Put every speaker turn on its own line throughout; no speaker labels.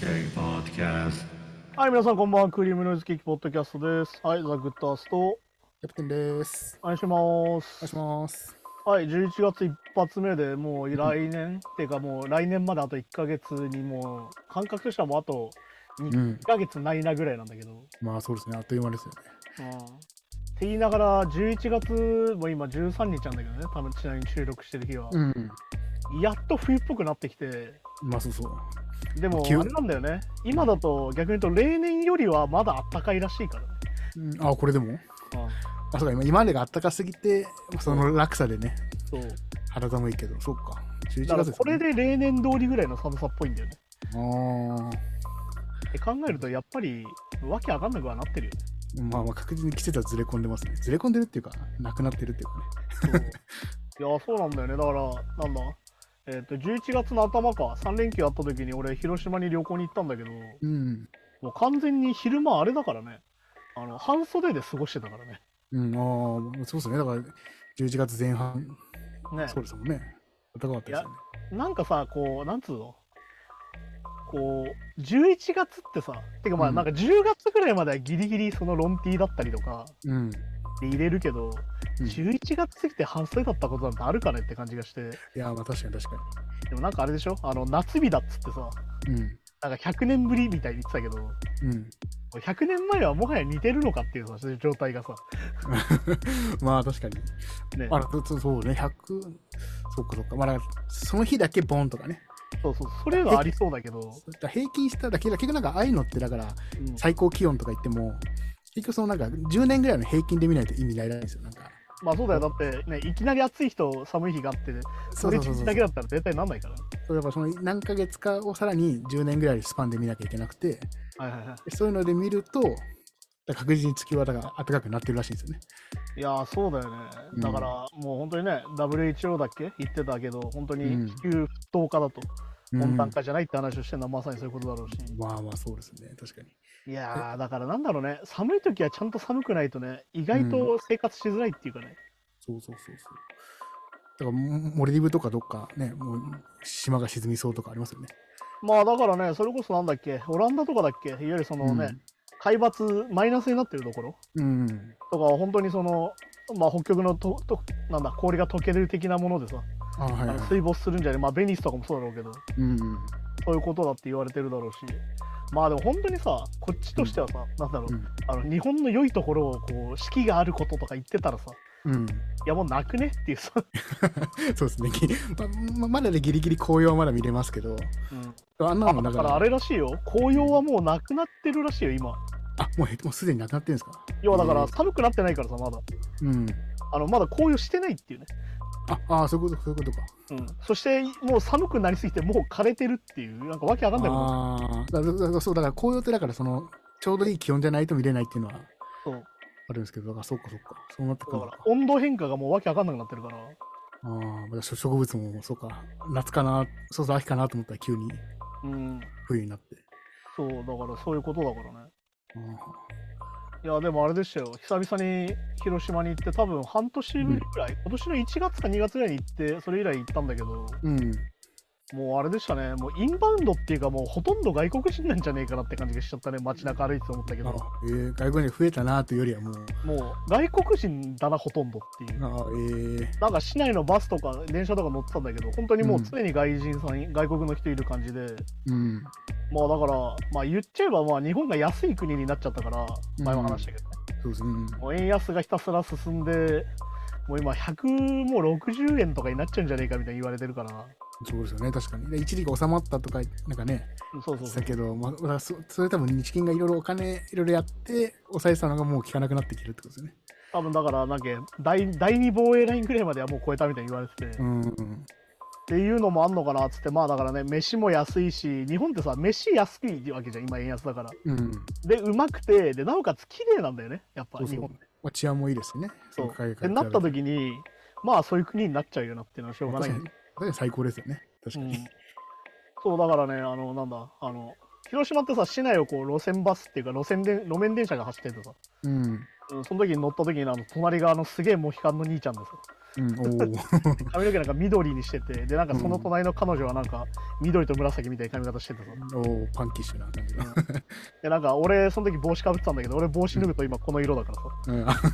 Cake Podcast.
はい、皆さんこんばんは。クリームノイズケーキポッドキャストです。はい、ザ・グッドアースト、お
キャプテンです。
願いしま
お願い
す
し。ます。
はい、11月一発目でもう来年、っていうかもう来年まであと1ヶ月にもう、感覚としてはもうあと
うん
1。ヶ月ないなぐらいなんだけど。
まあそうですね、あっという間ですよね。
うんって言いながら、11月も今13日なんだけどね、多分ちなみに収録してる日は。
うん。
やっと冬っぽくなってきて、
まあそうそう。
でもあ
急
れなんだよね。今だと逆に言うと例年よりはまだあったかいらしいからね。
うん、あ、これでも
うん
あ、そうか、今今までがあったかすぎて、その落差でね、
そう
肌寒いけど、そうか。11
だか
月
ら
す、ね。
これ。で例年通りぐらいの寒さっぽいんだよね。
あ
って考えるとやっぱりわけわかんなくはなって るよね。
あ。まあまあ確実に季節はずれ込んでますね。ずれ込んでるっていうか、なくなってるっていうかね。
そういやそうなんだよねだからなんだえっ、と11月の頭か3連休あった時に俺広島に旅行に行ったんだけども
うん。
う完全に昼間あれだからねあの半袖で過ごしてたからね。
うん、ああ、そうですね。だから、11月前半、
ね
そうですもんね。暖かかったですよね。
なんかさこうなんつうのこう11月ってさてかまあ
うん
なんか10月ぐらいまではギリギリそのロンティーだったりとか
うん。
で入れるけど、
うん
11月過ぎて半袖だったことなんてあるかねって感じがして
いや、まあ確かに確か
でもなんかあれでしょあの夏日だっつってさ
に。うん。
なんか100年ぶりみたいに言ってたけど
うん。
100年前はもはや似てるのかっていうさ状態がさ、
まあ確かに。
ね、
あらそそうそうね、100、そっかそっか、まあ、だからその日だけボンとかね、
そうそうそれはありそうだけど、
だから平均しただけだ結局なんか、ああいうのってだから、
うん
最高気温とか言っても、結局そのなんか、10年ぐらいの平均で見ないと意味ないらしいんですよ、なんか。
まあそうだよだって、ね、いきなり暑い日と寒い日があって
そ
そうれ
そうそうそ
日
う。
だけだったら絶対なんないから
そうやっぱその何ヶ月かをさらに10年ぐらいのスパンで見なきゃいけなくて、
はいはいは
そういうので見ると、だから確実に月はだから暖かくなってるらしいんですよね。
いいやーそうだよね
うん
だから、もう本当にね WHO だっけ言ってたけど本当
う
に
ん
地球沸騰化だと、
うん
温暖化じゃないって話をしてるのはまさにそういうことだろうし、
まあまあそうですね、確かに。
いやーだからなんだろうね寒い時はちゃんと寒くないとね意外と生活しづらいっていうかね、
そうそうそうそう。だからモモルディブとかどっかね、もう島が沈みそうとかありますよね。
まあだからねそれこそなんだっけオランダとかだっけいわゆるそのね、
うん
海抜マイナスになってるところ
うん。
とかは本当にそのまあ北極のととなんだ氷が溶ける的なものでさ、
あはい
あ
は
の
い。
水没するんじゃないまあベニスとかもそうだろうけど
うんうん。
そういうことだって言われてるだろうしまあでも本当にさこっちとしてはさ、なんだろう、
うん
あの日本の良いところをこう四季があることとか言ってたらさ
うん、
いやもうなくねっていうさ、
そうですね、ぎまままだね、ギリギリ紅葉はまだ見れますけど、あんなのも
だ
だ
か
からら、
あれらしいよ紅葉はもうなくなってるらしいよ今
あもうへもうすでになくなってるんですか。
要はだから
うん
寒くなってないからさまだ
うん、
あのまだ紅葉してないっていうね、
ああー、そういうことそういうことか。
うん、そしてもう寒くなりすぎてもう枯れてるっていうなんかわけわかんないもん
ああー、だだだそうだから紅葉ってだからその、ちょうどいい気温じゃないと見れないっていうのは
そう
あるんですけど、だからそうかそうか、そうなってく
だ
る
か
の
ら
か。
温度変化がもうわけわかんなくなってるから
ああー、まだしょ植物もそうか、夏かな、そうそう、秋かなと思ったら急に
うん
冬になって。
そうだからそういうことだからね
あー
いやでもあれでしたよ久々に広島に行って多分半年ぶりぐらい、今年の1月か2月ぐらいに行ってそれ以来行ったんだけど
うん、
もうあれでしたねもうインバウンドっていうかもうほとんど外国人なんじゃねえかなって感じがしちゃったね街中歩いてて思ったけ
あ
ど
えー、外国人増えたなというよりはもう、
もう外国人だなほとんどっていう
あーえー、
なんか市内のバスとか電車とか乗ってたんだけど本当にもう常に外人さん、外国の人いる感じで
うん、
まあだからまあ言っちゃえばまあ日本が安い国になっちゃったから前も話したけどね、
そうですね。うん
もう円安がひたすら進んでもう今160円とかになっちゃうんじゃねえかみたいに言われてるから
そうですよね、確かに。で一時期収まったとか、なんかね、
そうそう
し
そう
たけど、まあ、だからそそれ多分日銀がいろいろお金いろいろやって、抑えてたのがもう効かなくなってきてるってことですよね。
多分だからなんか第第2防衛ラインぐらいまではもう超えたみたいに言われてて、
う
っ
ん、うん。
ていうのもあんのかなっつってまあだからね飯も安いし日本ってさ飯安いわけじゃん今円安だから
うん。
でうまくてでなおかつ綺麗なんだよねやっぱ
そう
日
そう
本って。
まあ、治安もいいですしね。
そう
海外
で
から
なった
比べて
時にまあそういう国になっちゃうよなっていうのはしょうがない
確かに、確かに最高ですよね。確か
うん
に。
そうだからねあのなんだあの広島ってさ市内をこう路線バスっていうか路線で路面電車が走っててさ、
うん。
うん、その時に乗った時にあの隣があのすげえモヒカンの兄ちゃんです
うん、おお。
髪の毛なんか緑にしててでなんかその隣の彼女はなんか緑と紫みたいな髪型してたぞ、
おーパンキッシュな感じが。
でなんか俺その時帽子かぶってたんだけど俺帽子脱ぐと今この色だからさ、
うん、あ
なんか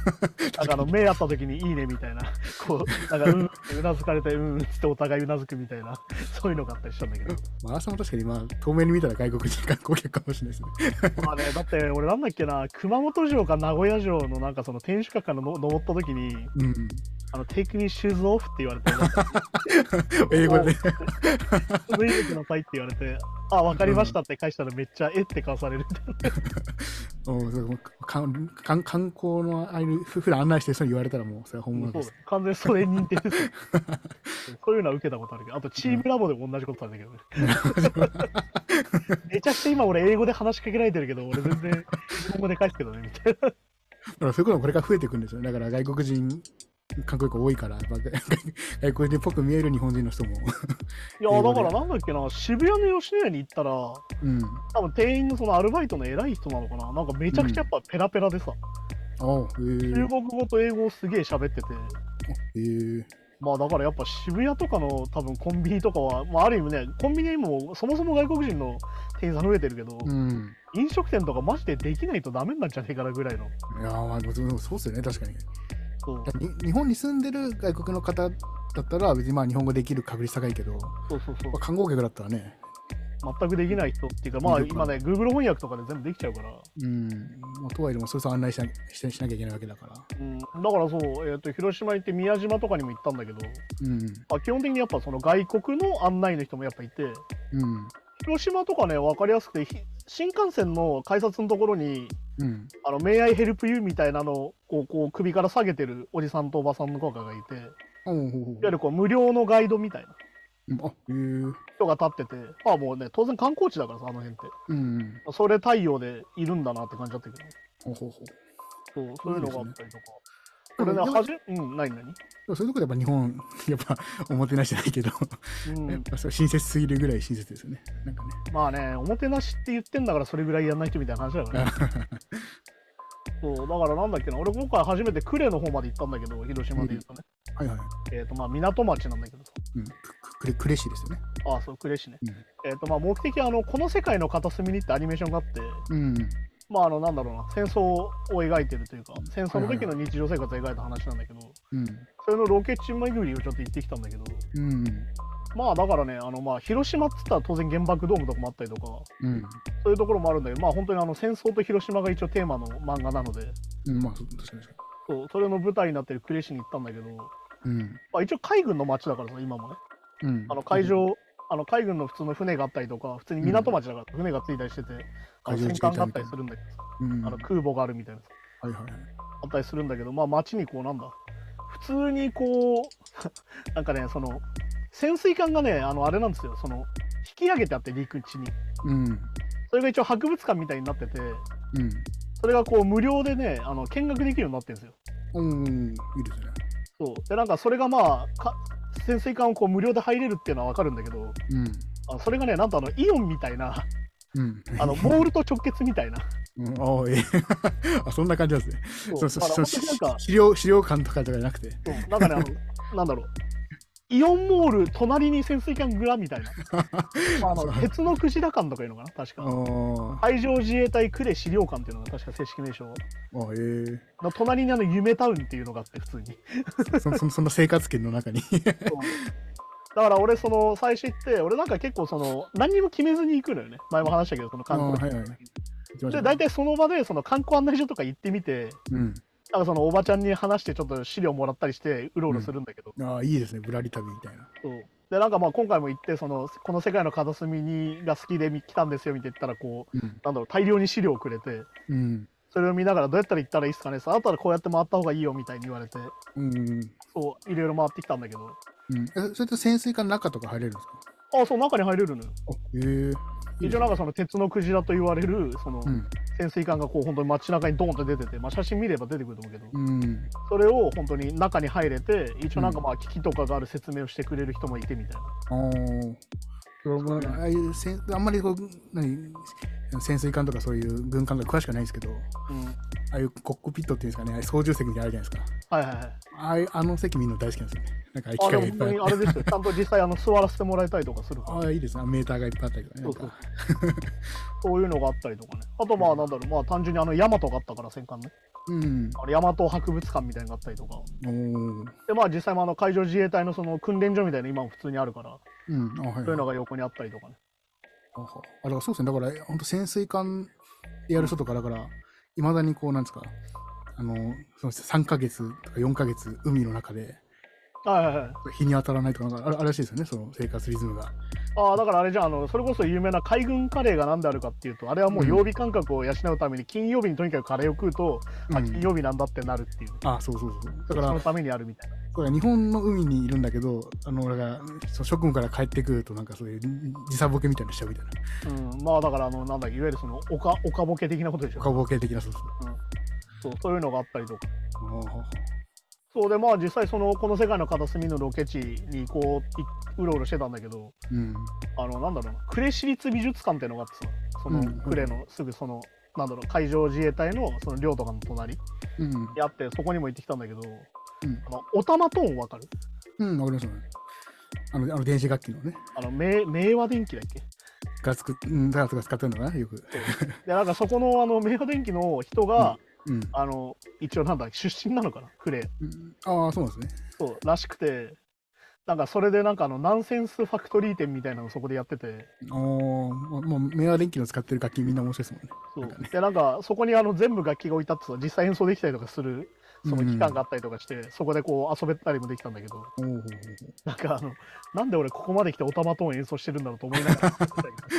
あの目合った時に「いいね」みたいなこうなんかうんってうなずかれてうんってお互いうなずくみたいなそういうのがあったりしたんだけど
マラさんも確かに今、透明に見たら外国人観光客かもしれないですね。
まあねだって俺なんだっけな熊本城か名古屋城のなんかその天守閣からの登った時に
うん。
「あのテイクミーシューズオフ」って言われて なんか
英語で。
「脱いでください」って言われて「あ分かりました」って返したらめっちゃ「えっ?」て顔されるみたいな
おーそうかんかん観光のああいうふ普段案内してる人に言われたらもうそれは本物
そ
で
う
す。
完全にそれ認定ですよそういうのは受けたことあるけどあとチームラボでも同じことなんだけどねめちゃくちゃ今俺英語で話しかけられてるけど俺全然日本語で返すけどねみたいな
だからそういうこともこれから増えていくんですよね。だから外国人観光客多いから、やっぱ外外国人っぽく見える日本人の人も。
いやだからなんだっけな渋谷の吉野家に行ったら
うん。
多分店員のそのアルバイトの偉い人なのかななんかめちゃくちゃやっぱペラペラでさ、
おーへ
中国語と英語をすげえ喋ってて
え。へえ。
まあだからやっぱ渋谷とかの多分コンビニとかは、まあ、ある意味ねコンビニにもそもそも外国人の店員さん増えてるけど、
うん。
飲食店とかマジでできないとダメになっちゃねえからぐらいの。
いやーまあでもそうですよね、確かに。
そう
に日本に住んでる外国の方だったら別にまあ日本語できる確率高いけど、ま
そうそうそう
あ、観光客だったらね、
全くできない人っていうか、まあ
いるか
今ね、Google 翻訳とかで全部できちゃうから。
うん、まあとはいえでもそれそれ案内しなししなきゃいけないわけだから。
うん、だからそう、えーと、広島行って宮島とかにも行ったんだけど、
うん、
まあ、基本的にやっぱその外国の案内の人もやっぱいて、
うん、
広島とかね、分かりやすくて、ひ新幹線の改札のところに、
うん。
あの、May I help you みたいなのをこうこう首から下げてるおじさんとおばさんの方がいて、いわ
おうほうほう
ゆるこう無料のガイドみたいな
うんあ、へえー、
人が立ってて、まあもうね、当然観光地だからさ、あの辺って。
うん、うん。
それ太陽でいるんだなって感じだったけど、
ほうほうほう。
そうそういうのがあったりとか。
そ
こ
うで
れ
す
ね、
ね
はじうん、何何
でもそういうとこでやっぱ日本、 やっぱおもてなしじゃないけど、
うん
やっぱそう親切すぎるぐらい親切ですよね。なんかね。
まあね、おもてなしって言ってんだからそれぐらいやんないとみたいな話だ からね。そう、だからなんだっけな、俺今回初めて呉の方まで行ったんだけど、広島で言うとね。
はいはい。
えっ、と、まあ港町なんだけどさ。
うん、くくくれくれしいですよね。
ああ、そう、呉市ね。
うん
えっ、と、まあ目的は、あの、この世界の片隅にってアニメーションがあって、
うん、
まああの、なんだろうな、戦争を描いてるというか、戦争の時の日常生活を描いた話なんだけど、
うん、
それのロケ地巡りをちょっと行ってきたんだけど、
うん、
まあだからね、あのまあ広島っつったら当然原爆ドームとかもあったりとか、
うん。
そういうところもあるんだけど、まあ本当にあの戦争と広島が一応テーマの漫画なので、
うん、まあ、そう確かに確か
そうそれの舞台になってる呉市に行ったんだけど、
に。うん、
まあ、一応海軍の町だからさ、今もね、
うん。
あの海上、あの海軍の普通の船があったりとか、普通に港町だから船がついたりしてて、あの
海上
戦
自衛隊
艦があったりするんだけどさ、
うん、
あの空母があるみたいなさ、
はいはいはい。
あったりするんだけど、まあ町にこうなんだ、普通にこう、 なんかね、その、潜水艦がね、あのあれなんですよ、その、引き上げてあって陸地に。
うん。
それが一応博物館みたいになってて、
うん。
それがこう無料でね、あの見学できるようになってるんですよ。
うん。いいですね。
そう。で、なんかそれがまあ、か潜水艦をこう無料で入れるっていうのはわかるんだけど、あそれがね、なんとあの、イオンみたいな、
うん。うん。
あ の、モールと直結みたいな。
うん、ああ、ええ あ、そんな感じなんですね。
そ
そうそう
だか
そ
ら
う。
本当になんか、
資料、資料館とかじゃなくて。
そうなんかね、あの、なんだろう。イオンモール隣に潜水艦蔵みたいな。まあ、 あの、鉄のクジラ館とかいうのかな、確
あ
か。
あ、あ
海上自衛隊呉資料館っていうのが確か正式名称
ええ
の隣にあの夢タウンっていうのがあって普通に
そそそんな生活圏の中に。
そうだから俺その最初行って俺なんか結構その何にも決めずに行くのよね前も話したけどその
ああ、
観
はい
光
はい。行きましょ
で
う
大体その場でその観光案内所とか行ってみて
うん。
なんかそのおばちゃんに話してちょっと資料もらったりしてうろうろするんだけど、
ああ、いいですね。ぶらり旅みたいな。
そうでなんかまあ今回も行ってそのこの世界の片隅にが好きで来たんですよみたいな言ったらこう
うん。
なんだろう大量に資料をくれて
うん。
それを見ながらどうやったら行ったらいいですかねさあとはこうやって回った方がいいよみたいに言われて
うん。
そういろいろ回ってきたんだけど
うん、えそれと潜水艦の中とか入れるんですか
あそう中に入れるのよ
あええいいですね
一応なんかその鉄のクジラと言われるその、
うん。
潜水艦がこう本当に街中にドーンと出てて、まあ、写真見れば出てくると思うけど、
うん。
それを本当に中に入れて一応なんかまあ機器とかがある説明をしてくれる人もいてみたいな、
ああ。まあああいうせんあんまりこう何潜水艦とかそういう軍艦とか詳しくはないんですけど
うん、はい
ああいうコックピットっていうんですかねああいう操縦席みたいなのあるじゃないですか
はいはい
ああいうあの席見るの大好きなんですよねなんかああいう機
あで
械
も
がい
本当
っぱい
に
あ
あれですよちゃんと実際あの座らせてもらえたりとかするから
ああいいですねあメーターがいっぱいあったりとかねなんか
そういうのがあったりとかねあとまあなんだろうまあ単純にあのヤマトがあったから戦艦ね
うん
あのヤマト博物館みたいなのがあったりとか
おー
でまあ実際もあの海上自衛隊のその訓練所みたいなの今も普通にあるから
うんあはい、はい
そういうのが横にあったりとかね
あはあだからそうですね、だから本当潜水艦でやる人とか、だから、いまだにこう、なんですか、あの、その3ヶ月とか4ヶ月、海の中で、
はいはいはい
日に当たらないとか、なんかあれあれらしいですよね、その生活リズムが。
ああだからあれじゃんあのそれこそ有名な海軍カレーが何であるかっていうとあれはもう曜日感覚を養うために金曜日にとにかくカレーを食うと、
う
あ
ん
金曜日なんだってなるっていう、
あそうそうそう。だか
その
ら、
ためにあるみたいな
これ日本の海にいるんだけど、あの、だから、その職務から帰ってくると、なんかそういう時差ボケみたいなのしちゃうみたいな、
うん、まあだからあのなんだいわゆるそのおかおかぼけ的なことでしょ
岡ボケ的な、そうそう
そうそういうのがあったりとか
そう。あ
そうでまあ実際そのこの世界の片隅のロケ地にこういうろうろしてたんだけど
うん。
あのなんだろうな呉市立美術館っていうのがあってさその
うん
呉のすぐそのなんだろう海上自衛隊のその寮とかの隣に
うん。
あってそこにも行ってきたんだけど、
ん
あのおたまトーンわかる
うん、わかりました、ね。あの、あの電子楽器のね、
あの明明和電機だっけ
がつく、うん、ガラスが使ってるのかな、よく。
でなんかそこのあの明和電機の人が、
うん。
あの一応なんだ出身なのかな呉
うんああ、そうなんですね。
そうらしくてなんかそれでなんかあのナンセンスファクトリー展みたいなのをそこでやってて。
おお、もうもう明和電機の使ってる楽器みんな面白いですもんね。
そう
なんかね
でなんかそこにあの全部楽器が置いてあってさ実際演奏できたりとかするその期間があったりとかして、そこでこう遊べたりもできたんだけど
おーおーおー
なんかあのなんで俺ここまで来てオタマトーン演奏してるんだろうと思いながら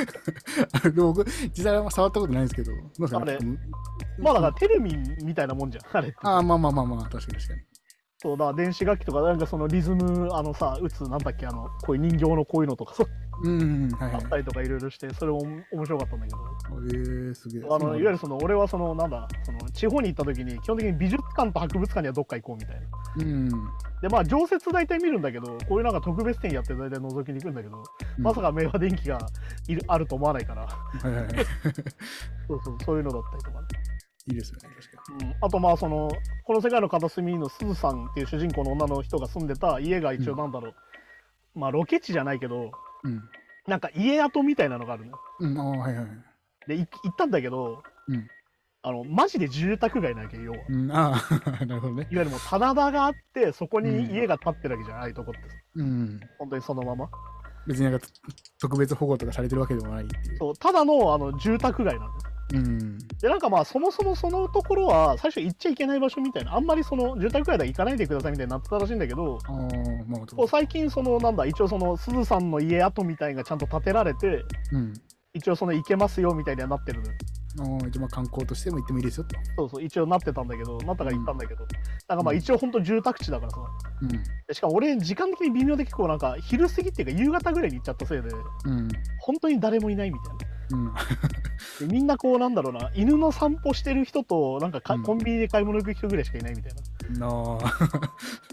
おー。で も僕、実際は触ったことないんですけど、なんか
あれ
うん
まあだからテレビみたいなもんじゃんあれって
あーまあまあまあまあ、確かに確かに。
そうだから電子楽器とかなんかそのリズムあのさ打つなんだっけあのこういう人形のこういうのとかそう
うんうん、はい
あ
はい
っ。たりとかいろいろしてそれも面白かったんだけど
えー、すげえ。
あのいわゆ
る、
るその俺はそのなんだその地方に行った時に基本的に美術館と博物館にはどっか行こうみたいな。
うん。
でまあ常設大体見るんだけどこういうなんか特別展やって大体覗きに行くんだけど、まさか明和電機がいるあると思わないから
か。はいはい。
そうそうそういうのだったりとかね、
いいですよね、確か
うん、あとまあそのこの世界の片隅のすずさんっていう主人公の女の人が住んでた家が一応なんだろう、まあロケ地じゃないけど
に。
なんか家跡みたいなのがあるのよ
うん。うん、ああ、はいはい。
でい行ったんだけど、
うん
あのマジで住宅街なわけよ要は。
うん、ああ、 なるほどね。
いわゆるもう棚田があってそこ
うん
に家が建ってるわけじゃない、ああいうとこって
うん。
本当にそのまま
別になんか特別保護とかされてるわけでもないっていう。
そうただのあの住宅街なんです
うん。
でなんかまあそもそもそのところは最初行っちゃいけない場所みたいなあんまりその住宅街では行かないでくださいみたいになってたらしいんだけど
ああ、まあ、
こう最近そのなんだ一応そのすずさんの家跡みたいなのがちゃんと建てられて
うん。
一応その行けますよみたいにはなってるのよ
ああ、一応まあ観光としても行ってもいいですよと。
そうそう一応なってたんだけどなったから行ったんだけど、なんかまあ一応ほんと住宅地だからさでしかも俺時間的に微妙で結構なんか昼過ぎっていうか夕方ぐらいに行っちゃったせいで
うん。うん。
本当に誰もいないみたいな
うん。
でみんなこうなんだろうな犬の散歩してる人となんかか
うん
コンビニで買い物行く人ぐらいしかいないみたいな、っ
なあ、そうか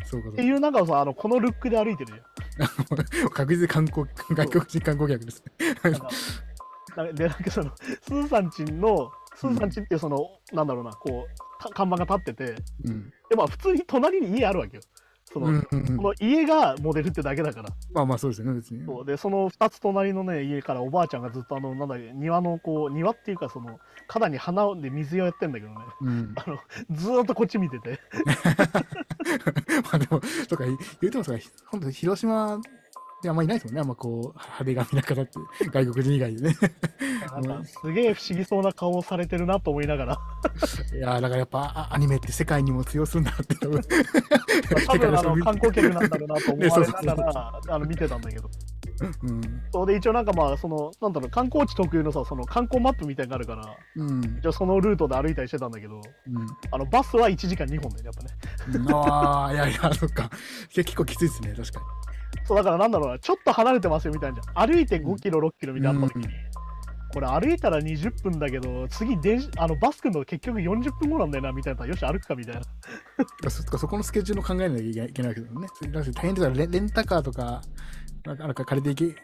そう
て
か
いうなんかさあのこのルックで歩いてるじゃん
確実に観光外国人観光客です
なんかなんかでなんかそのスーさんちんのスーさんちんっていうその、なんだろうなこうた看板が立ってて
ね。うん。
でまあ普通に隣に家あるわけよその,、
うんうんうん
その家がモデルってだけだから、
まあまあそうですよね、別に。
そうでその2つ隣のね家からおばあちゃんがずっとあのなんだっけ庭のこう庭っていうかその花壇に花で水をやってんだけどね
うん、 ま
あのずーっとこっち見てて
あでも、そうか、言うてもそうか、本当広島であんまいないですもんね、あんまこう、派手髪な方って、外国人以外で ね。
なんかすげえ不思議そうな顔をされてるなと思いな がら
いやー、だからやっぱあアニメって世界にも通用するんだって、多分。
多分あの観光客なんだろうなと思われな
ねそうそう
がらあの見てたんだけど。
うん。
そうで一応なんかまあそのなんだろう観光地特有のさその観光マップみたいなのがあるから
うん。
一応そのルートで歩いたりしてたんだけどあのバスは1時間2本でやっぱね
うん。ああ、いやいや、そっか。結構きついですね、確かに。
そうだからなんだろうなちょっと離れてますよみたいなじゃん歩いて5キロ6キロみたいなのあった時に、
うん
これ歩いたら20分だけど次電子あのバス来るの結局40分後なんだよなみたいなよし歩くかみたいな
だからそそこのスケジュールを考えなきゃいけないわけどね。それだし大変ですからレ、レンタカーとか、なんかなんか借りていけ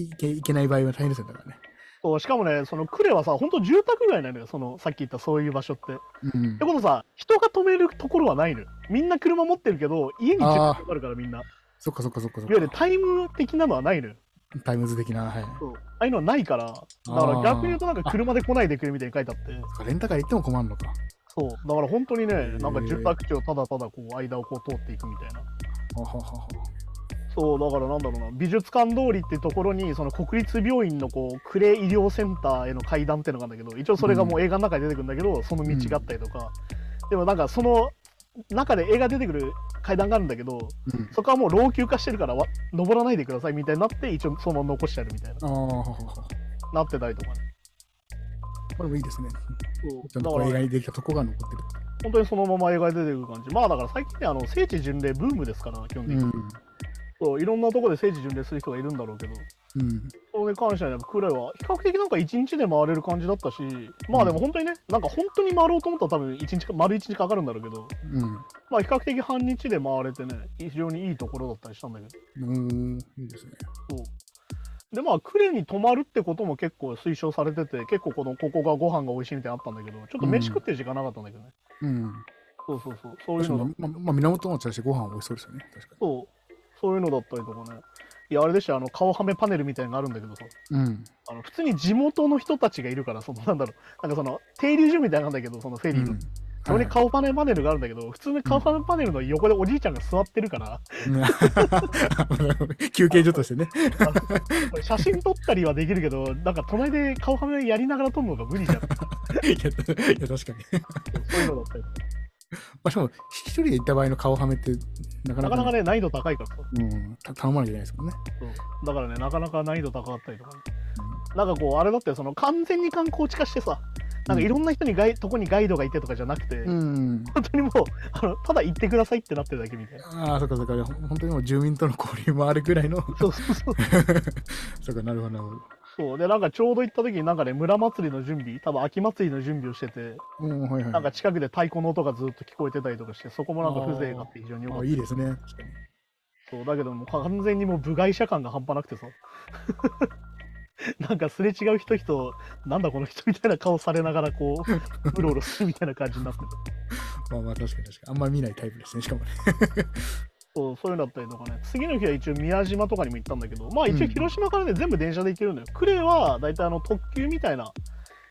いいけいけない場合は大変ですよだからね。
そうしかもね、その呉はさ、本当住宅街なのよ、そのさっき言ったそういう場所って。
うん
で、このさ、人が止めるところはないのよ。みんな車持ってるけど、家に時間かかるからみんな。いわ
そっかそっかそっかそっ
ゆる
か。
タイム的なのはないのよ。
タイムズ的な、はい。
そうああいうのはないから、だから逆に言うとなんか車で来ないでくれみたいに書いてあって、
そっかレンタカー行っても困るのか。
そう、だから本当にね、なんか
へえ
住宅地をただただこう間をこう通っていくみたいな。
はははは
そうだからなんだろうな美術館通りってところにその国立病院のこうクレ医療センターへの階段ってのがあるんだけど一応それがもう映画の中に出てくるんだけど、その道があったりとか、でもなんかその中で映画出てくる階段があるんだけど
うん
そこはもう老朽化してるからわ登らないでくださいみたいになって一応そのまま残してあるみたいな
ああ、ははは
なってたりとかね
これもいいですね。ち
だ
ゃん
か
とこう映画
ら
にできたとこが残ってる。
本当にそのまま映画に出てくる感じまあだから最近ねあの聖地巡礼ブームですから基本的に、
うん。
そういろんなとこで聖地巡礼する人がいるんだろうけど
うん。
それに関しては、ね、クレは比較的なんか1日で回れる感じだったし、まあでも本当にね、なんか本当に回ろうと思ったら多分1日か、丸1日かかるんだろうけど、
うん。
まあ比較的半日で回れてね、非常にいいところだったりしたんだけ
うん、いいですね。
ど、そう。でまあ、クレに泊まるってことも結構推奨されてて、結構この、ここがご飯が美味しいみたいなのあったんだけど、ちょっと飯食ってる時間なかったんだけどね。
うん。
そうそうそう。そうい
確
う
か
のだ
にまあ、まあ、源町だし、ご飯美味しそうですよね。確か
そう。そういうのだったりとかね。いや、あれでしたよあの、顔はめパネルみたいなのがあるんだけどさ。
に。うん。
あの普通に地元の人たちがいるから、そのなんだろう、なんかその停留所みたいなんだけど、そのフェ
う
リーの。
ん。
そこに顔パネルパネルがあるんだけど、普通の顔パネルパネルの横でおじいちゃんが座ってる から、
うん休憩所としてね。
これ写真撮ったりはできるけど、なんか隣で顔パネルやりながら撮るのが無理じゃん。
いや、いや確かに。
そういうのだったり。
まあ、しかも、一人で行った場合の顔はめって、な か
なか
な
な
か,、
かね、難易度高いからさ。
うん、た頼まなきゃいけないですもんね。
そうだからね、なかなか難易度高かったりとか、ね。なんかこう、あれだって、その完全に観光地化してさ、なんかいろんな人にガイ、とこにガイドがいてとかじゃなくて、
うん。
本当にもうあの、ただ行ってくださいってなってるだけみたいな。
ああ、そっかそっか。ほん本当にもう住民との交流もあるぐらいの。
そうそうそう。
そっか、なるほど、なるほど。
そうでなんかちょうど行った時になんかね村祭りの準備多分秋祭りの準備をしてて
うん、はいはい。
なんか近くで太鼓の音がずっと聞こえてたりとかしてそこもなんか風情があって非常に良かっ
あ
た
いいですね。確かに。
そうだけどもう完全にもう部外者感が半端なくてさ なんかすれ違う人々なんだこの人みたいな顔されながらこ ううろうろするみたいな感じになってて
まあまあ、確かに確かに。あんまり見ないタイプですね、しかもね。
そうそういうのだったりとかね次の日は一応宮島とかにも行ったんだけどまあ一
う
応
ん
広島からね全部電車で行けるのよ呉は大体あの特急みたいな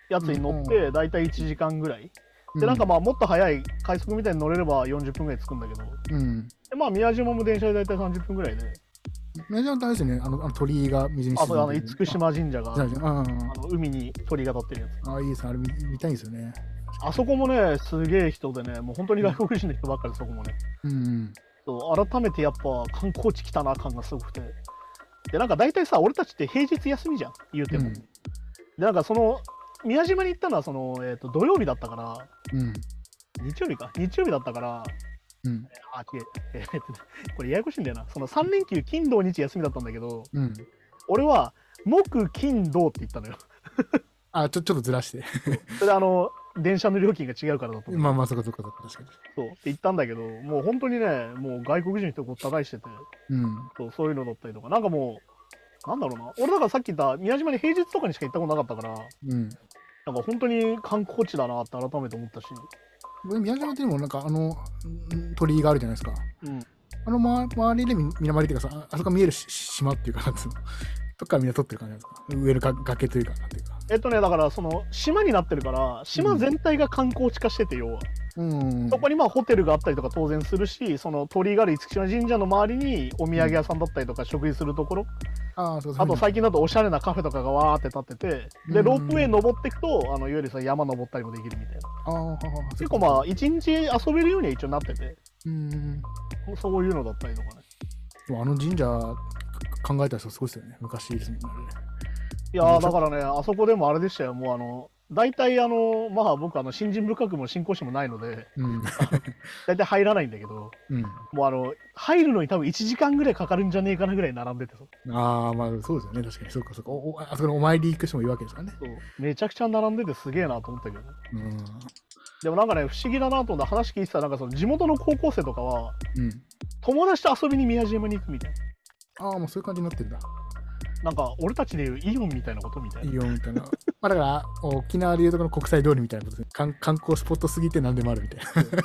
やつに乗って大体1時間ぐらいでなんかまあもっと早い快速みたいに乗れれば40分ぐらい着くんだけど
うん。
でまあ宮島も電車で大体30分ぐらいで、
メジャーの大事ですよね。あの、あの鳥居が水に
あ
沈
とあ
ん
の
でる。
厳島神社が
あ
あ
ああ
の海に鳥が立ってるやつ
ああ、いいですね。あれ見見たいですよね。
あそこもねすげえ人でねもう本当に外国人の人ばっかりでそこもね
うん。
そう改めてやっぱ観光地来たな感がすごくてでなんか大体さ俺たちって平日休みじゃん言うても、
うん
でなんかその宮島に行ったのはその、えー、と土曜日だったから
うん。
日曜日か日曜日だったから
うん。
あ、違う。 えーっとねこれややこしいんだよな。その3連休、金、土、日休みだったんだけど、
うん。
俺は、木、金、土って言 ったのよ。
あ、ちょ、ちょっとずらして。
それであの、電車の料金が違うからだと思う。
まあまあ、そっかそっかそっか。確か
そう。って言ったんだけど、もう本当にね、もう外国人の人ごった返してて、
に。うん。
そうそういうのだったりとか、なんかもう、なんだろうな。俺だからさっき言った、宮島に平日とかにしか行ったことなかったから、
うん。
なんか本当に観光地だなって改めて思ったし、
僕宮島ってでもなんかあのん鳥居があるじゃないですか。
うん。
あの、ま、周りでみ水まりっていうかさ、ああそこ見えるしし島っていうかなんつうの。 とかみんな撮ってる感じなんですか。上のが崖というか、なんていうか。
えっとね、だからその、島になってるから、島全体が観光地化してて、要は。
うん。
そこにまあホテルがあったりとか当然するし、その鳥居がある厳島神社の周りにお土産屋さんだったりとか食事するところ、
ああ、そうそう。
あと最近だとおしゃれなカフェとかがわーって立ってて、で、
うん
ロープウェイ登っていくと、あのいわゆるさ山登ったりもできるみたいな。
ああ、
結構まあ、一日遊べるようには一応なってて、
うん。
そういうのだったりとかね。
でもあの神社か考えた人すごいですよね。昔ですもんね。
いやーだからね、あそこでもあれでしたよ、もうあの、大体あの、まあ僕、あの新人深くも信仰師もないので、
うん。
大体入らないんだけど、
うん、
もうあの、入るのに多分1時間ぐらいかかるんじゃねえかなぐらい並んでてさ
ああ、まあそうですよね。確かに。そうかそうか。おおあそこのお参り行く人もいるわけですからね。
そうめちゃくちゃ並んでてすげえなと思ったけどね。
うん。
でもなんかね、不思議だなと思って話聞いてたら、なんかその地元の高校生とかは、
うん。
友達と遊びに宮島に行くみたいな。
ああ、もうそういう感じになってるんだ。
なんか俺たちでいうイオンみたいなことみたい
い
ない
よみたいな。まあだから、沖縄でいうとこの国際通りみたいなことですね。観観光スポットすぎて何でもあるみたいな。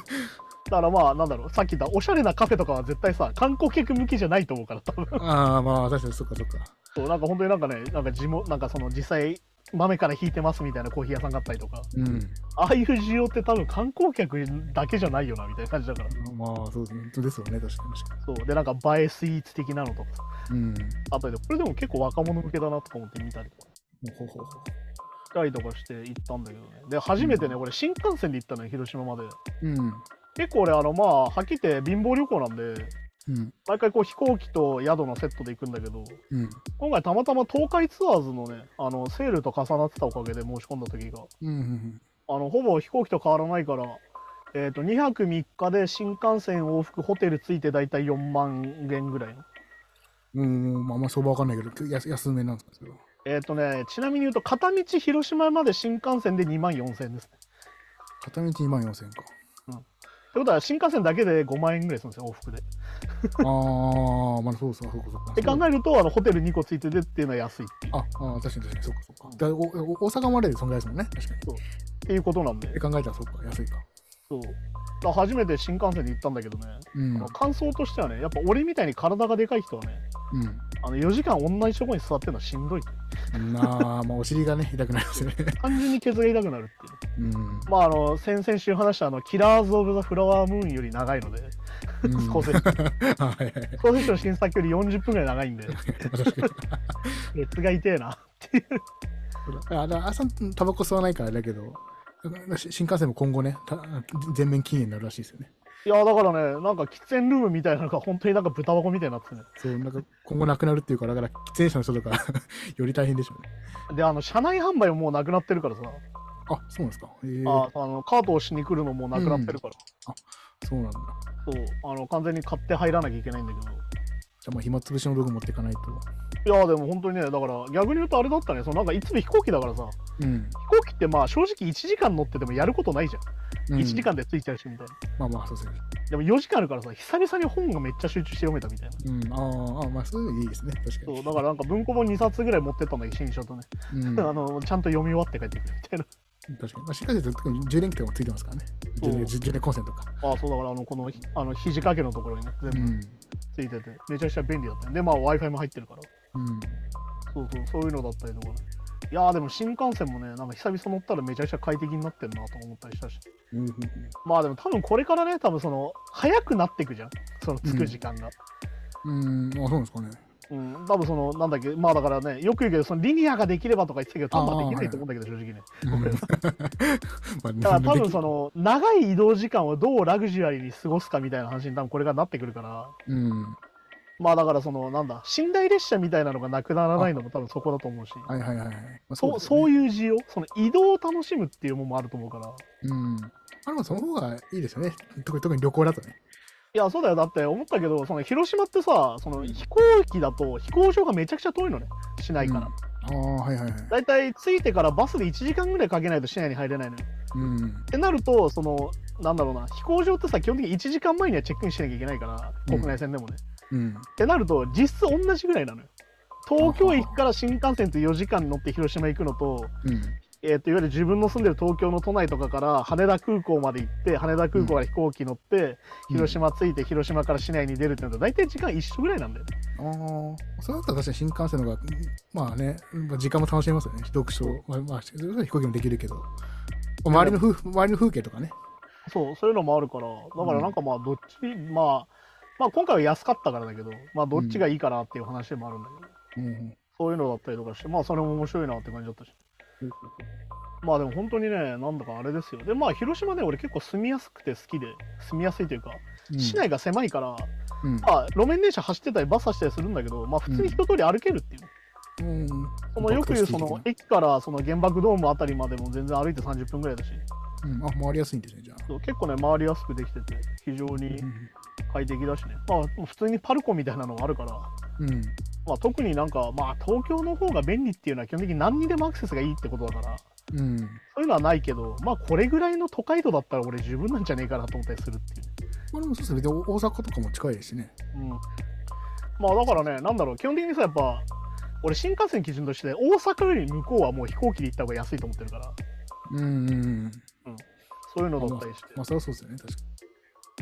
だからまあなんだろうさっき言ったおしゃれなカフェとかは絶対さ観光客向きじゃないと思うから多分
ああ、まあ確かにそっかそっか。
そうなんか本当になんかねなんか地元なんかその実際豆から引いてますみたいなコーヒー屋さんがあったりとか
うん。
ああいう需要って多分観光客だけじゃないよなみたいな感じだから
まあそうですね。ですよね、確かに確か
そうでなんか映えスイーツ的なのとか
に。うん。
あったりとかこれでも結構若者向けだなとか思って見たりとか
ほうほうほ
したりとかして行ったんだけどねで初めてね俺新幹線で行ったのよ広島まで
う。うん。
結構俺あのまあはっきり言って貧乏旅行なんで
うん。
毎回こう飛行機と宿のセットで行くんだけど
うん。
今回たまたま東海ツアーズのねあのセールと重なってたおかげで申し込んだ時が
うんうん。
あのほぼ飛行機と変わらないから、えー、と2泊3日で新幹線往復ホテルついて大体4万円ぐらいの。
うん。うんまああんま相場わかんないけど、やす安めなんですけど。
えっ、とね、ちなみに言うと、片道広島まで新幹線で2万4000円ですね。
片道2万4千
っ
か。
てことは、新幹線だけで5万円ぐらいするんですよ、往復で。
ああ、まあそうそう、そうかそうか。
で考えると、あのホテル2個ついててっていうのは安いっていう
ああー、確かに確かに、そうかそうか。だおお大阪までで損害ですもんね、確かに。
っていうことなんで、
で考えたらそうか、安いか。
そう。だから初めて新幹線で行ったんだけどね、
うん。う
あの感想としてはね、やっぱ俺みたいに体がでかい人はね、
ん。
あの4時間同じとこに座ってるのはしんどい。
なあ、まあ、お尻がね、痛くなりますよね。
単純にケツが痛くなるっていう。
うん。
まああの先々週話したあのキラーズ・オブ・ザ・フラワームーンより長いので、
うん
構成
はいはいはい
構成書の新作より40分ぐらい長い んで、
確かに
熱が痛えな。
あだ朝タバコ吸わないからあれだけどし新幹線も今後ねた全面禁煙になるらしいですよね
いやだからね、なんか喫煙ルームみたいなのが本当になんか豚箱みたいになっててね。
そうなんか今後なくなるっていうからだから喫煙者の人とか より大変でしょうね
で、あの車内販売ももうなくなってるからさ、
あそうなんですかへえ
ああのカートをしに来るのもなくなってるから、
そうなんだ
そうあの完全に買って入らなきゃいけないんだけ
じゃあまあ暇つぶしの道具持っていかないと
ど、いやでも本当にね、だから逆に言うとあれだったね、そのなんかいつも飛行機だからさ、
うん、
飛行機ってまあ正直1時間乗っててもやることないじゃん。
うん、
1時間で着いちゃうしみたいな。
まあまあそうですね
でも4時間あるからさ、久々に本がめっちゃ集中して読めたみたいな。
うんあーあまあそういうのいいですね確か
そう
に
だからなんか文庫本2冊ぐらい持ってったんだけど、新書とね、
うん
あの。ちゃんと読み終わって帰ってくるみたいな。
確かに、まあ、新幹線って特に充電器とかもついてますからね
そう
充電充電コンセントか
ああ、そうだからあの、このひあの肘掛けのところにね、
う
全部
ん、
ついてて、めちゃくちゃ便利だったね。で、まあ Wi-Fi も入ってるから、
うん、
そうそう、そういうのだったりとかね。いやーでも新幹線もね、なんか久々乗ったらめちゃくちゃ快適になってるなと思ったりしたし、
うん
まあでも多分これからね、多分その、早くなっていくじゃん、その着く時間が。
うん、あ、そうなんですかね。
うん、多分その、なんだっけ、まあだからね、よく言うけど、そのリニアができればとか言ってたけど、多分まあできないと思うんだけど、正直ね。
まあ、
だから多分そ、の長い移動時間をどうラグジュアリーに過ごすかみたいな話に多分これからなってくるから
うん、
まあだからそのなんだ寝台列車みたいなのがなくならないのも多分そこだと思うし
はいはいはいはい。まあ、
そう
う
そういう需要その移動を楽しむっていうものもあると思うから
ですね。うん。あれもその方がいいですよね。特に特に旅行だとね。
いやそうだよだって思ったけどその広島ってさその飛行機だと飛行場がめちゃくちゃ遠いのね市内から、
うんああ、はいはいはい。
だいたい着いてからバスで1時間ぐらいかけないと市内に入れないのよ
うん
っ。てなるとそのなんだろうな飛行場ってさ基本的に1時間前にはチェックインしなきゃいけないから
うん
国内線でもね、
うん。
ってなると実質同じぐらいなのよ東京駅から新幹線と4時間乗って広島行くのと,、
うん。
えー、といわゆる自分の住んでる東京の都内とかから羽田空港まで行って羽田空港から飛行機乗って、広島着いて広島から市内に出るってのと大体時間一緒ぐらいなんだよね
ああ、それだったら確かに新幹線の方が、まあね、まあ、時間も楽しめますよね。読書、まあ、まあ、それぞれ飛行機もできるけど。まあ周りの風周りの風景とかね。
そうそういうのもあるからだからなんかまあどっち、まあまあ今回は安かったからだけどまあどっちがいいかなっていう話でもあるんだけど、
うん。
そういうのだったりとかしてまあそれも面白いなって感じだったしまあでも本当にね、なんだかあれですよ。で、まあ広島ね、俺結構住みやすくて好きで、住みやすいというか、市内が狭いから、
うん。
まあ路面電車走ってたりバス走ったりするんだけど、まあ普通に一通り歩けるっていう。
うん。
そのよく言うそ
コン
の
パクトシティ的
駅からその原爆ドームあたりまでも全然歩いて30分ぐらいだし、
なうん。あ、回りやすいんですね、じゃあ。
そう結構ね、回りやすくできてて、非常に快適だしね。まあ普通にパルコみたいなのがあるから、
うん。うん。
まあ特になんか、まあ東京の方が便利っていうのは基本的に何にでもアクセスがいいってことだから、
うん。
そういうのはないけど、まあこれぐらいの都会度だったら俺十分なんじゃねえかなと思ったりするっていう。
まあでもそうですね。で、お大阪とかも近いですしね。
うん、まあだからね、なんだろう、基本的にさ、やっぱ、俺新幹線基準として大阪より向こうはもう飛行機で行った方が安いと思ってるから
うんうんうん。
そういうのだったりして
まあ、それはそうですよね、確か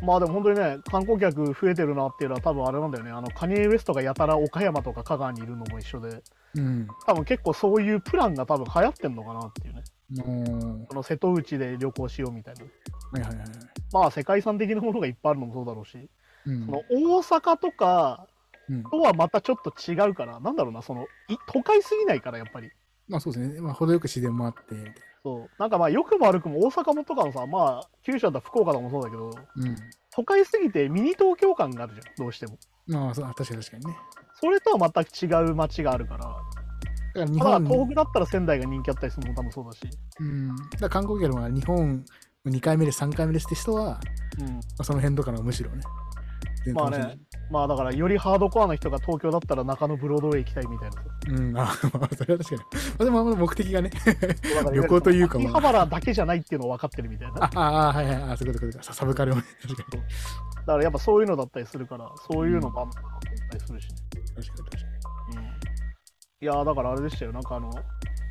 まあでも本当にね観光客増えてるなっていうのは多分あれなんだよねあのカニエ・ウエストがやたら岡山とか香川にいるのも一緒で
に。うん。
多分結構そういうプランが多分流行ってんのかなっていうね
も
この瀬戸内で旅行しようみたいな
う、はいはいはい。
まあ世界遺産的なものがいっぱいあるのもそうだろうし、
うん。
その大阪とか
うん、
とはまたちょっと違うからなんだろうなそのい都会すぎないからやっぱり
まあそうですね、まあ、程よく自然もあって、みたい
そうなんかまあ良くも悪くも大阪もとかもさまあ九州だったら福岡とかもそうだけど
な。うん。
都会すぎてミニ東京感があるじゃんどうしても
まあ、そう確かに確かにね。
それとは全く違う街があるから
だから日
まあ
本、
東北だったら仙台が人気あったりするのも多分そうだし、
うん、だから観光客は日本2回目で3回目ですって人は、ま
うん、
あ、その辺とかのむしろね。全然
まあ
楽し
ねまあだからよりハードコアな人が東京だったら中野ブロードウェイ行きたいみたいな
みうん、あまあ、それは確かに。まあ、でも、あんまり目的がね。 旅行というか
秋葉原だけじゃないっていうのを分かってるみたいなだ
あ
か
あ、はいはい、あそういうことそういうことササブカルをね、確かに。
らやっぱそういうのだったりするからそういうのもあんのかなと思ったりするしね、
確かに確か
うん、いやーだからあれでしたよなんかあの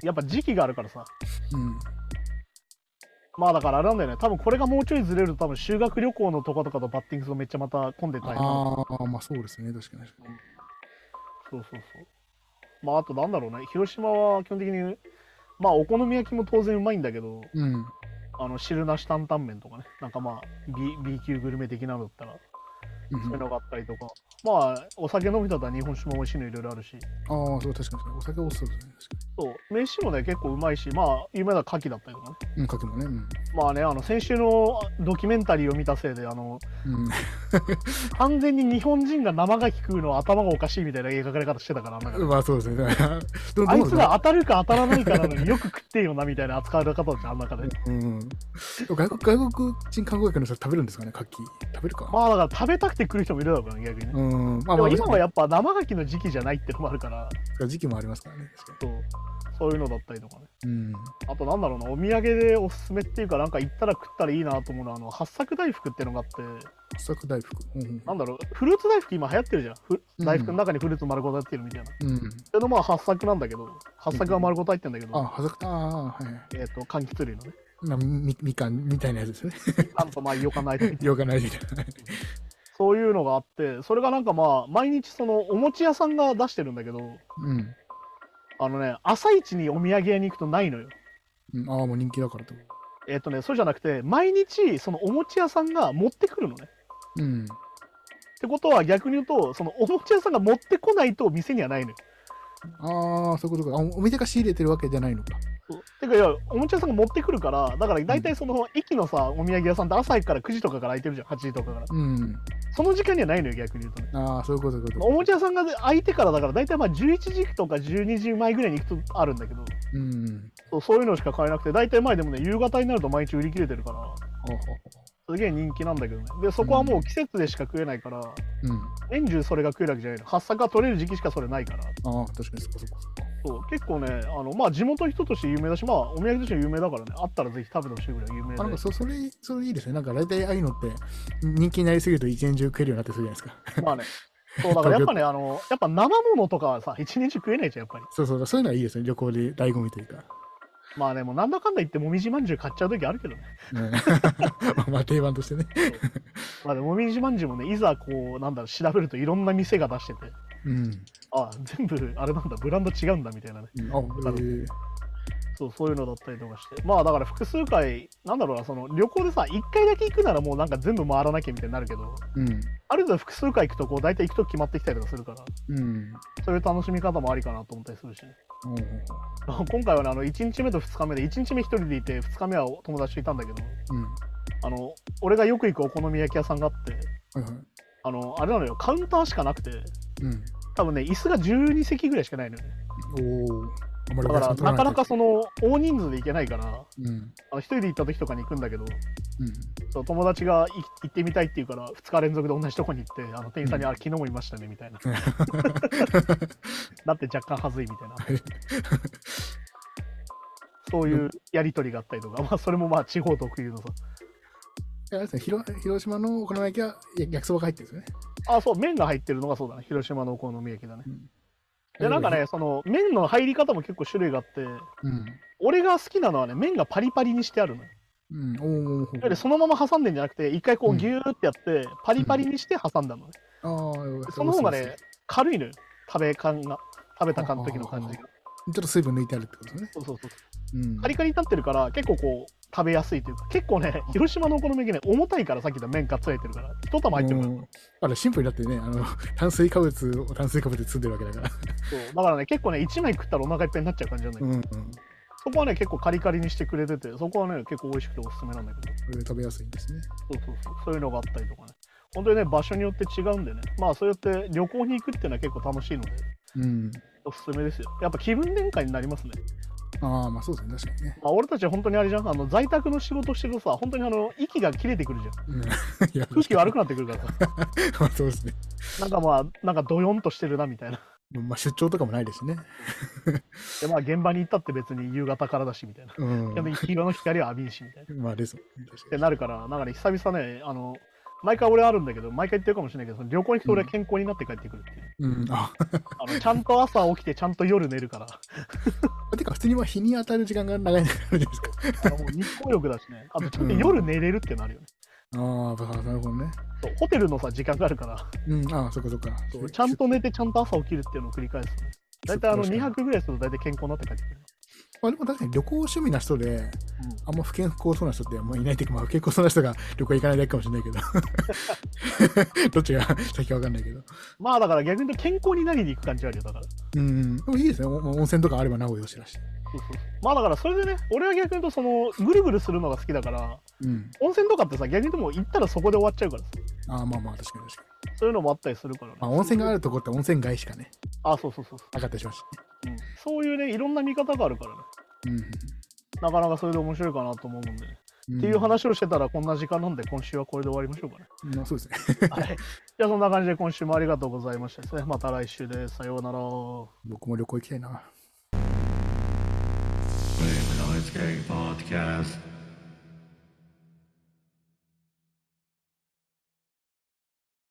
やっぱ時期があるからさ
に。うん。
まあだからあれなんだよね多分これがもうちょいずれると多分修学旅行のとことかとバッティングするとめっちゃまた混んでたり
ああ、まあそうですね、確かに確か
そうそうそう。まあ、あとなんだろうね、広島は基本的に、まあ、お好み焼きも当然うまいんだけど、
に。うん。
あの汁なし担々麺とかね、なんかまあ、B, B 級グルメ的なのだったら、
うん
そういうのがあったりとか、まあ、お酒飲みだったら日本酒も美味しいのいろいろあるし、
ああ、そう、確かに確かに。お酒おいしそうですね、
そう、飯もね、結構うまいし、まあ、有名な牡蠣だったりとかね。
確かに。うん、かけもね。うん。
まあね、あの、先週のドキュメンタリーを見たせいで、あの、
うん、
完全に日本人が生牡蠣食うのは頭がおかしいみたいな描かれ方してたから、なんか
まあそうですね。だからど
あい
どう
つが当たるか当たらないかなのによく食ってんよなみたいな扱われ方じゃん、あん中で。
うん、外国外国人観光客の人は食べるんですかね、牡蠣。食べるか。
まあだから食べたくて来る人もいるだろうからね逆にね。
うん、ま
で
あま
も
あ、
今は
や
やっぱ生牡蠣の時期じゃないってのもあるから、
時期もありますからね、確か
そうそういうのだったりとかね。
に。うん。
あとなんだろうな、お土産でおすすめっていうか、なんか行ったら食ったらいいなと思うのは、あの、八作大福っていうのがあって、
八作大福。うん。
なんだろう、フルーツ大福今流行ってるじゃん。ふ
うん
大福の中にフルーツ丸ごと入ってるみたいな。そ
うん、
れのまあ八作なんだけど、八作は丸ごと入ってるんだけ
あ、
ど、
八作、ああ、はいはい。
えっ、と、柑橘類のね、
なみみかんみたいなやつですね。
あんとまあ、よかないとい
ようがないみたいな。
そういうのがあって、それがなんかまあ、毎日その、お餅屋さんが出してるんだけど、
うん
あのね、朝一にお土産屋に行くとないのよ。
うん。ああ、もう人気だからと。
えっ、とね、そうじゃなくて、毎日、そのお餅屋さんが持ってくるのね。
うん。
ってことは逆に言うと、そのお餅屋さんが持ってこないと店にはないのよ。
ああ、そういうことか。あおお店が仕入れてるわけじゃないのか。
てか、いや、お餅屋さんが持ってくるから、だから大体その駅のさ、お土産屋さんって朝から9時とかから開いてるじゃん、8時とかから。
うん。
その時間にはないのよ、逆に言うとね。
ああ、そういうことそういうこ
お餅屋さんが開いてからだから、大体まあ11時とか12時前ぐらいに行くとあるんだけど、
と。うん。
そうそういうのしか買えなくて、大体前でもね、夕方になると毎日売り切れてるから、
ほうほうほ
すげえ人気なんだけどね。で、そこはもう季節でしか食えないから、
ううん。
年中それが食えるわけじゃないの。八作が取れる時期しかそれないから。
ああ、確かにそこそこそこ。
そう結構ね、あのまあ、地元の人として有名だし、まあ、お土産として有名だからね、あったらぜひ食べてほしいぐらい有名
あなん
で
か、そそ れそれいいですね。なんか大体ああいうのって人気になりすぎると一年中食えるようになってするじゃないですか。
まあね、そうだからやっぱね、あのやっぱ生物とかはさ、一日食えないじゃん、やっぱり。
そうそう、そういうのはいいですね。旅行で醍醐味というか。
まあね、もうなんだかんだ言って、もみじまんじゅう買っちゃう時あるけどね、
うんまあ まあ定番としてね。
まあ、でももみじまんじゅうもね、いざこう、なんだろう、調べるといろんな店が出してて、
うん。
あ全部あれなんだ、ブランド違うんだみたいなね、
あ、えー
そうそういうのだったりとかして、まあだから複数回、なんだろうな、その旅行でさ、1回だけ行くならもうなんか全部回らなきゃみたいになるけど、
うん。
ある程度複数回行くと、こう、大体行くとき決まってきたりとかするから。
うん。
そういう楽しみ方もありかなと思ったりするしね、
おうおう
今回はねあの1日目と2日目で1日目1人でいて2日目は友達といたんだけど
おううん。
あの俺がよく行くお好み焼き屋さんがあって
はいはい。
あのあれなのよカウンターしかなくて
うん。
多分ね椅子が12席ぐらいしかないのよね
おお。あんま
だ
り
からなかなか
そ
その大人数で行けないから
うん。うん。
あの1人で行った時とかに行くんだけどそう友達がい行ってみたいって言うから2日連続で同じとこに行ってあの店員さんに「
うん
あ昨日もいましたね」みたいな だって若干恥ずいみたいなそういうやり取りがあったりとか、まあ、それもまあ地方特有のさ
あれですね、広広島のお好み焼きはや焼きそばが入ってるんですよね。
あそう麺が入ってるのがそうだね広島のお好み焼きだねでなんかねその麺の入り方も結構種類があって
うん。
俺が好きなのはね麺がパリパリにしてあるのよ
うん。おーおー
だってそのまま挟んでんじゃなくて一回こ
う
うんギューってやってパリパリにして挟んだのね、
あー
その方がね、軽いのよ食べ感が食べた感の時の感じが
ちょっと水分抜いてあるってことですね。
そうそうそう
うん。
カリカリになってるから結構こう食べやすいというか結構ね広島のお好み焼きね重たいからさっき言った麺がつれてるから一玉入ってるから
うんあれシンプルになってね、あの 炭水化物を炭水化物で積んでるわけだから。
そうだからね結構ね1枚食ったらお腹いっぱいになっちゃう感じなんだけ
う
ど、
んうん。こ
そこはね結構カリカリにしてくれててそこはね結構美味しくておすすめなんだけど
れ食べやすいんですね。
そうそうそうそういうのがあったりとかね本当にね場所によって違うんでねまあそうやって旅行に行くっていうのは結構楽しいので
うん。
おすすめですよやっぱ気分転換になりますね、
ああ、まあそうですね、確かにね。
まあ、俺たち本当にあれじゃんあの在宅の仕事してるとさ本当にあの息が切れてくるじゃん
うん、いや、
空気悪くなってくるからさ
まあそうですね。
なんかまあなんかドヨンとしてるなみたいな
まあ出張とかもないですしね。
でまあ現場に行ったって別に夕方からだしみたいな。
うん。
で黄色の光は浴びんしみたいな。っ
まあですもんね確か
て
に。
なるから、なんかね、久々ね、あの、毎回俺あるんだけど、毎回言ってるかもしれないけど、その旅行に行くと俺は健康になって帰ってくるっていう。
うん。あ、
あのちゃんと朝起きて、ちゃんと夜寝るから、
てか普通にまあ日に当たる時間が長いのがあるじゃないですか。
あのもう日光浴だしね、あとちゃんと夜寝れるってなるよね。
ああ、まあなるほどね。
そうホテルのさ、時間があるから、
うん、ああ、そっかそっか。
そうちゃんと寝て、ちゃんと朝起きるっていうのを繰り返す、ね。 大体あの
確か
2
に
泊ぐらいすると大体健康になって帰ってくる。
まあでも確かに旅行趣味な人で、
うん
あんま不健康そうな人ってあんまいないっていうか、まあ、不健康そうな人が旅行行かないだけかもしれないけど。ど っちが先かわかんないけど。
まあだから逆に言うと健康になりに行く感じあるよ、だから。
うん。でもいいですね。おまあ温泉とかあればなおよしだし。
まあだからそれでね、俺は逆に言うと、その、ぐるぐるするのが好きだから、
うん。
温泉とかってさ逆にでもう行ったらそこで終わっちゃうからさ
ああ、まあまあ、確かに確かに。
そういうのもあったりするからね
まあ、温泉があ
る
るとこって温泉街しかね、
あそうそうそうそ
なかったりしますし
う、うん、そういうねいろんな見方があるからね
ね。
なかなかそれで面白いかなと思うんで、
うん。
っていう話をしてたらこんな時間なんで今週はこれで終わりましょうかね
まあ、そうですね。
はいじゃあそんな感じで今週もありがとうございましたですねまた来週ですさようなら
僕も旅行行きたいな。
Wave Noise Gang Podcast.